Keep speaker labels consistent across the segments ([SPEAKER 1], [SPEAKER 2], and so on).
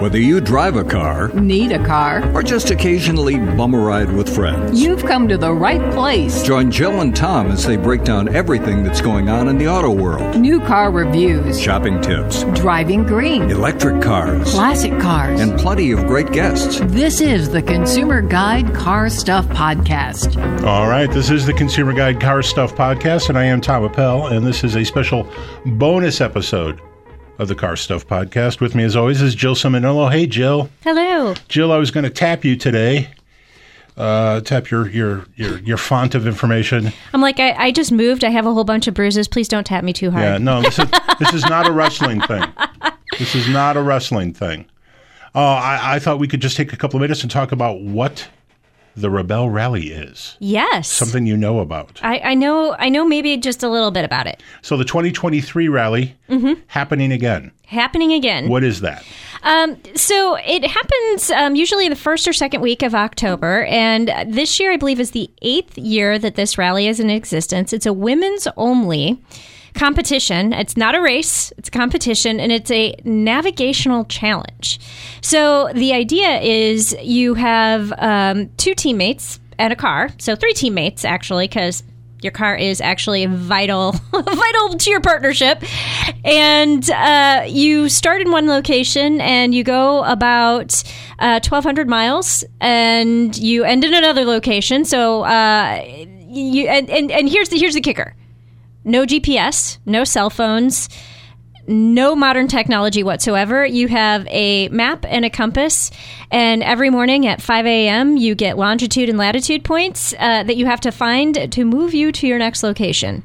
[SPEAKER 1] Whether you drive a car
[SPEAKER 2] Need a car?
[SPEAKER 1] or just occasionally bum a ride with friends,
[SPEAKER 2] You've come to the right place.
[SPEAKER 1] join Jill and Tom as they break down everything that's going on in the auto world
[SPEAKER 2] New car reviews,
[SPEAKER 1] shopping tips,
[SPEAKER 2] driving green,
[SPEAKER 1] electric cars,
[SPEAKER 2] classic cars.
[SPEAKER 1] and plenty of great guests.
[SPEAKER 2] This is the Consumer Guide Car Stuff Podcast.
[SPEAKER 3] All right, this is the Consumer Guide Car Stuff Podcast, and I am Tom Appel, and this is a special bonus episode of the Car Stuff Podcast. With me, as always, is Jill Simonello. Hey, Jill.
[SPEAKER 4] Hello.
[SPEAKER 3] Jill, I was going to tap you today. Uh, tap your your your your font of information.
[SPEAKER 4] I'm like, I, I just moved. I have a whole bunch of bruises. Please don't tap me too hard.
[SPEAKER 3] Yeah, no, this is this is not a wrestling thing. This is not a wrestling thing. Oh, I, I thought we could just take a couple of minutes and talk about what the Rebel Rally is.
[SPEAKER 4] Yes.
[SPEAKER 3] Something you know about.
[SPEAKER 4] I, I know. I know. Maybe just a little bit about it.
[SPEAKER 3] So the 2023 rally
[SPEAKER 4] Mm-hmm.
[SPEAKER 3] happening again.
[SPEAKER 4] Happening again.
[SPEAKER 3] What is that?
[SPEAKER 4] Um, so it happens um, usually the first or second week of October, and uh, this year I believe is the eighth year that this rally is in existence. It's a women's only competition. It's not a race; it's a competition, and it's a navigational challenge. So the idea is you have um, two teammates and a car, so three teammates actually, because your car is actually vital vital to your partnership and uh, you start in one location and you go about uh, 1200 miles and you end in another location so uh, you and, and, and here's the here's the kicker no gps no cell phones no modern technology whatsoever. You have a map and a compass, and every morning at 5 a.m., you get longitude and latitude points uh, that you have to find to move you to your next location.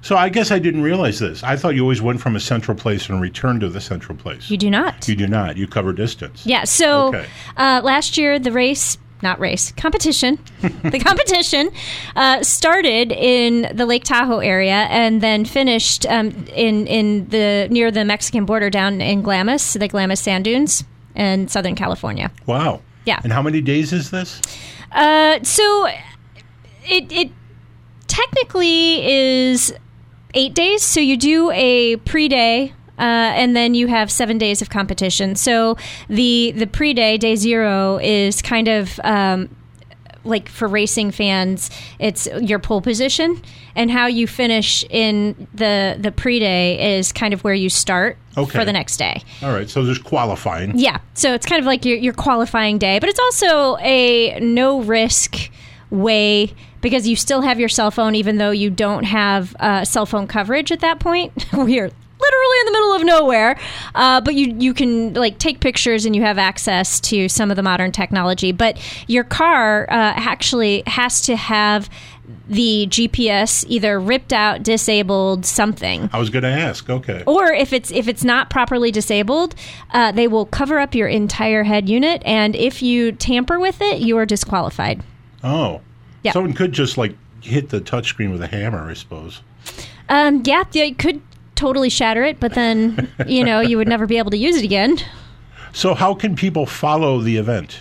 [SPEAKER 3] So I guess I didn't realize this. I thought you always went from a central place and returned to the central place.
[SPEAKER 4] You do not.
[SPEAKER 3] You do not. You cover distance.
[SPEAKER 4] Yeah. So
[SPEAKER 3] Okay.
[SPEAKER 4] uh, last year, the race, not race, competition, the competition uh, started in the Lake Tahoe area and then finished um, in in the near the Mexican border down in Glamis, the Glamis sand dunes in Southern California.
[SPEAKER 3] Wow.
[SPEAKER 4] Yeah.
[SPEAKER 3] And how many days is this?
[SPEAKER 4] Uh, so it it technically is eight days. So you do a pre day. Uh, and then you have seven days of competition. So the the pre day day zero is kind of um, like for racing fans, it's your pole position and how you finish in the the pre day is kind of where you start
[SPEAKER 3] Okay.
[SPEAKER 4] for the next day.
[SPEAKER 3] All right. So there's qualifying.
[SPEAKER 4] Yeah. So it's kind of like your, your qualifying day, but it's also a no risk way because you still have your cell phone, even though you don't have uh, cell phone coverage at that point. we are literally in the middle of nowhere, uh, but you you can like take pictures and you have access to some of the modern technology. But your car uh, actually has to have the GPS either ripped out, disabled, something
[SPEAKER 3] I was going to ask. Okay.
[SPEAKER 4] or if it's if it's not properly disabled, uh, they will cover up your entire head unit, and if you tamper with it, you are disqualified.
[SPEAKER 3] Oh.
[SPEAKER 4] Yeah.
[SPEAKER 3] Someone could just like hit the touchscreen with a hammer, I suppose.
[SPEAKER 4] Um, yeah, yeah, you could totally shatter it, but then you know you would never be able to use it again.
[SPEAKER 3] So how can people follow the event?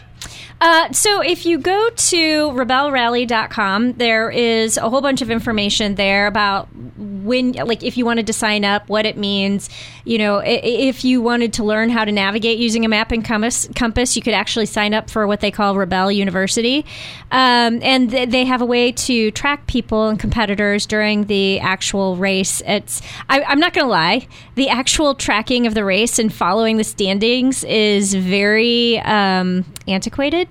[SPEAKER 4] Uh, so if you go to rebelrally.com, there is a whole bunch of information there about when, like, if you wanted to sign up, what it means. You know, i- i- if you wanted to learn how to navigate using a map and compass, compass you could actually sign up for what they call Rebel University, um, and th- they have a way to track people and competitors during the actual race. It's I, I'm not going to lie, the actual tracking of the race and following the standings is very um, antiquated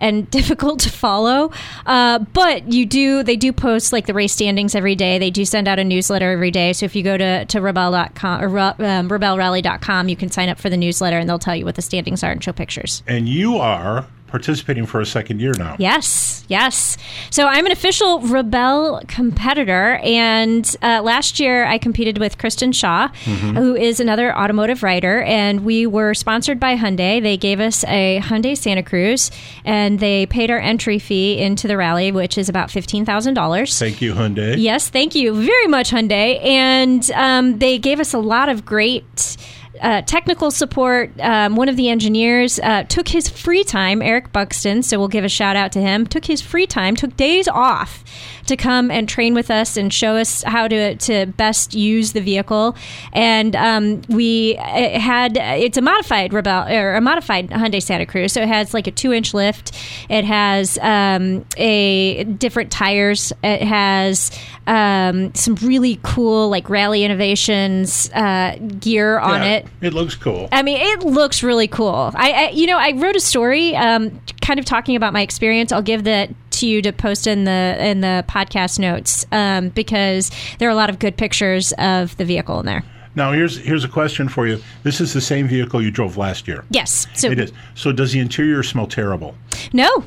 [SPEAKER 4] and difficult to follow. Uh, but you do they do post like the race standings every day. They do send out a newsletter every day. So if you go to to rebel.com or Re- um, rebelrally.com, you can sign up for the newsletter and they'll tell you what the standings are and show pictures.
[SPEAKER 3] And you are participating for a second year now.
[SPEAKER 4] Yes, yes. So I'm an official Rebel competitor, and uh, last year I competed with Kristen Shaw, who is another automotive writer, and we were sponsored by Hyundai. They gave us a Hyundai Santa Cruz, and they paid our entry fee into the rally, which is about fifteen thousand dollars.
[SPEAKER 3] Thank you, Hyundai.
[SPEAKER 4] Yes, thank you very much, Hyundai. And um, they gave us a lot of great. Uh, technical support. Um, one of the engineers uh, took his free time, Eric Buxton, so we'll give a shout out to him. Took his free time, took days off to come and train with us and show us how to to best use the vehicle. And um, we uh, had it's a modified Rebel or a modified Hyundai Santa Cruz, so it has like a two inch lift. It has um, a different tires. It has um, some really cool like rally innovations uh, gear on
[SPEAKER 3] Yeah,
[SPEAKER 4] it.
[SPEAKER 3] It looks cool.
[SPEAKER 4] I mean, it looks really cool. I, I you know, I wrote a story, um, kind of talking about my experience. I'll give that to you to post in the in the podcast notes um, because there are a lot of good pictures of the vehicle in there.
[SPEAKER 3] Now here's here's a question for you. This is the same vehicle you drove last year.
[SPEAKER 4] Yes, so
[SPEAKER 3] It is. So does the interior smell terrible?
[SPEAKER 4] No.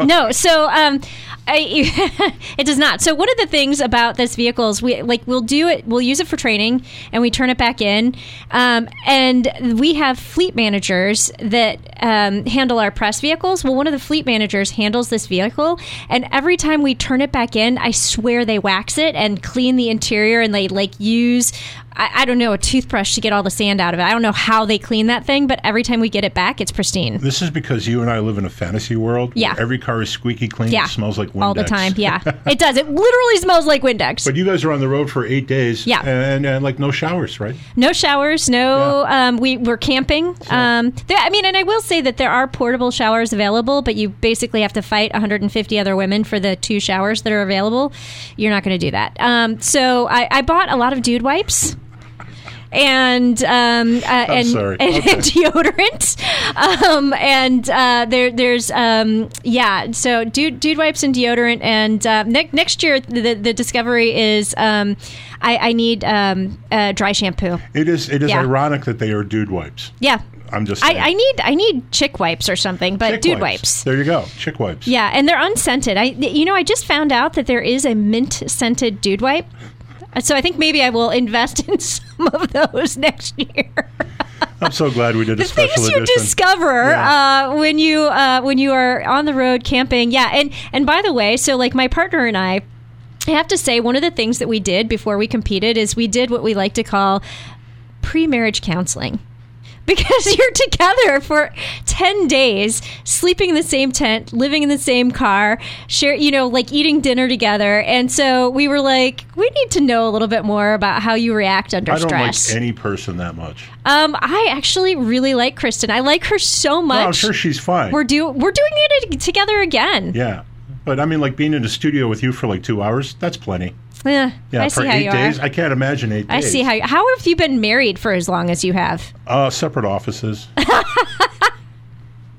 [SPEAKER 4] no, so um, I, it does not. So one of the things about this vehicle is we like we'll do it, we'll use it for training, and we turn it back in, um, and we have fleet managers that um, handle our press vehicles. Well, one of the fleet managers handles this vehicle, and every time we turn it back in, I swear they wax it and clean the interior, and they like use I, I don't know a toothbrush to get all the sand out of it. I don't know how they clean that thing, but every time we get it back, it's pristine.
[SPEAKER 3] This is because you and I live in a fantasy world. where
[SPEAKER 4] Yeah.
[SPEAKER 3] every car is squeaky clean.
[SPEAKER 4] Yeah.
[SPEAKER 3] It smells like Windex.
[SPEAKER 4] all the time. Yeah, it does. It literally smells like Windex.
[SPEAKER 3] But you guys are on the road for eight days.
[SPEAKER 4] Yeah.
[SPEAKER 3] And, and like no showers, right?
[SPEAKER 4] no showers. No, um, we we're camping. Um, there, I mean, and I will say that there are portable showers available, but you basically have to fight 150 other women for the two showers that are available. You're not going to do that. Um, so I, I bought a lot of dude wipes. And um, uh, and,
[SPEAKER 3] sorry.
[SPEAKER 4] and
[SPEAKER 3] Okay.
[SPEAKER 4] deodorant, um, and uh, there there's um, yeah. So dude dude wipes and deodorant, and uh, ne- next year the, the discovery is um, I, I need um, uh, dry shampoo.
[SPEAKER 3] It is. It is
[SPEAKER 4] Yeah.
[SPEAKER 3] ironic that they are dude wipes.
[SPEAKER 4] Yeah.
[SPEAKER 3] I'm just.
[SPEAKER 4] I,
[SPEAKER 3] saying.
[SPEAKER 4] I need I need chick wipes or something, but
[SPEAKER 3] Chick
[SPEAKER 4] dude wipes.
[SPEAKER 3] There you go. Chick wipes.
[SPEAKER 4] Yeah, and they're unscented. I you know I just found out that there is a mint scented dude wipe. So I think maybe I will invest in some of those next year.
[SPEAKER 3] I'm so glad we did a
[SPEAKER 4] the
[SPEAKER 3] special
[SPEAKER 4] things you
[SPEAKER 3] edition.
[SPEAKER 4] discover
[SPEAKER 3] Yeah.
[SPEAKER 4] uh, when you uh, when you are on the road camping. Yeah, and and by the way, so like my partner and I. I have to say, one of the things that we did before we competed is we did what we like to call pre marriage counseling. Because you're together for 10 days, sleeping in the same tent, living in the same car, share, you know, like eating dinner together. And so we were like, we need to know a little bit more about how you react under
[SPEAKER 3] I don't
[SPEAKER 4] stress.
[SPEAKER 3] like any person that much.
[SPEAKER 4] Um, I actually really like Kristen. I like her so much.
[SPEAKER 3] No, Oh, I'm sure she's fine.
[SPEAKER 4] Uh, we're do we're doing it together again.
[SPEAKER 3] yeah. But I mean, like being in a studio with you for like two hours, that's plenty.
[SPEAKER 4] Eh,
[SPEAKER 3] Yeah,
[SPEAKER 4] I
[SPEAKER 3] for
[SPEAKER 4] see how
[SPEAKER 3] eight
[SPEAKER 4] you
[SPEAKER 3] days.
[SPEAKER 4] are.
[SPEAKER 3] I can't imagine eight
[SPEAKER 4] I
[SPEAKER 3] days.
[SPEAKER 4] see how you, how have you been married for as long as you have?
[SPEAKER 3] Uh, separate offices.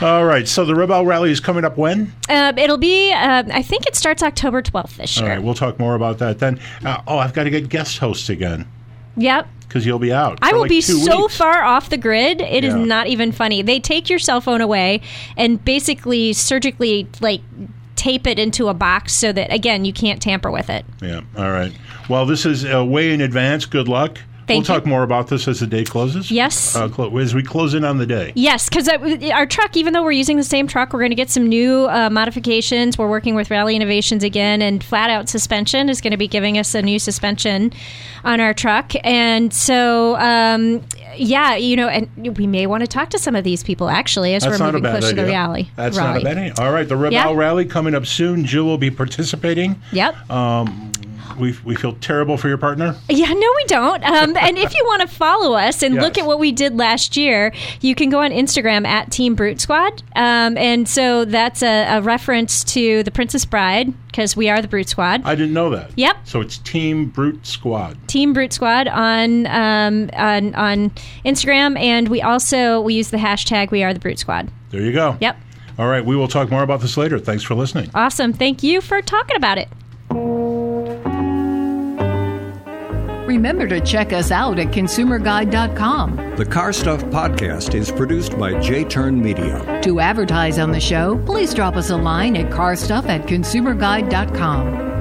[SPEAKER 3] All right. So the Rebel Rally is coming up when?
[SPEAKER 4] Um, it'll be um, I think it starts October twelfth this
[SPEAKER 3] All
[SPEAKER 4] year.
[SPEAKER 3] right. We'll talk more about that then. Uh, oh, I've got to get guest hosts again
[SPEAKER 4] Yep.
[SPEAKER 3] because you'll be out.
[SPEAKER 4] I
[SPEAKER 3] for
[SPEAKER 4] will
[SPEAKER 3] like
[SPEAKER 4] be
[SPEAKER 3] two
[SPEAKER 4] so
[SPEAKER 3] weeks.
[SPEAKER 4] far off the grid. It is
[SPEAKER 3] Yeah.
[SPEAKER 4] not even funny. They take your cell phone away and basically surgically like tape it into a box so that again you can't tamper with it.
[SPEAKER 3] Yeah. All right. Well, this is uh, way in advance. Good luck.
[SPEAKER 4] Thank
[SPEAKER 3] we'll
[SPEAKER 4] you.
[SPEAKER 3] talk more about this as the day closes.
[SPEAKER 4] Yes.
[SPEAKER 3] Uh, clo- as we close in on the day.
[SPEAKER 4] Yes, because our truck, even though we're using the same truck, we're going to get some new uh, modifications. We're working with Rally Innovations again, and Flat Out Suspension is going to be giving us a new suspension on our truck. And so, um, yeah, you know, and we may want to talk to some of these people actually as
[SPEAKER 3] That's
[SPEAKER 4] we're
[SPEAKER 3] not a
[SPEAKER 4] moving
[SPEAKER 3] bad
[SPEAKER 4] closer
[SPEAKER 3] idea.
[SPEAKER 4] to the rally.
[SPEAKER 3] That's
[SPEAKER 4] rally.
[SPEAKER 3] not a bad idea. All right. The Rebel
[SPEAKER 4] Yeah.
[SPEAKER 3] Rally coming up soon. Jill will be participating.
[SPEAKER 4] Yep.
[SPEAKER 3] We, we feel terrible for your partner.
[SPEAKER 4] Yeah, no, we don't. Um, and if you want to follow us and look
[SPEAKER 3] Yes.
[SPEAKER 4] at what we did last year, you can go on Instagram at Team Brute Squad. Um, and so that's a, a reference to The Princess Bride because we are the Brute Squad.
[SPEAKER 3] I didn't know that.
[SPEAKER 4] Yep.
[SPEAKER 3] So it's Team Brute Squad.
[SPEAKER 4] Team Brute Squad on um, on on Instagram, and we also we use the hashtag We Are the Brute Squad.
[SPEAKER 3] There you go.
[SPEAKER 4] Yep,
[SPEAKER 3] All right. We will talk more about this later. Thanks for listening.
[SPEAKER 4] awesome. Thank you for talking about it.
[SPEAKER 2] Remember to check us out at consumerguide.com.
[SPEAKER 1] The Car Stuff Podcast is produced by J Turn Media.
[SPEAKER 2] To advertise on the show, please drop us a line at carstuff at consumerguide.com.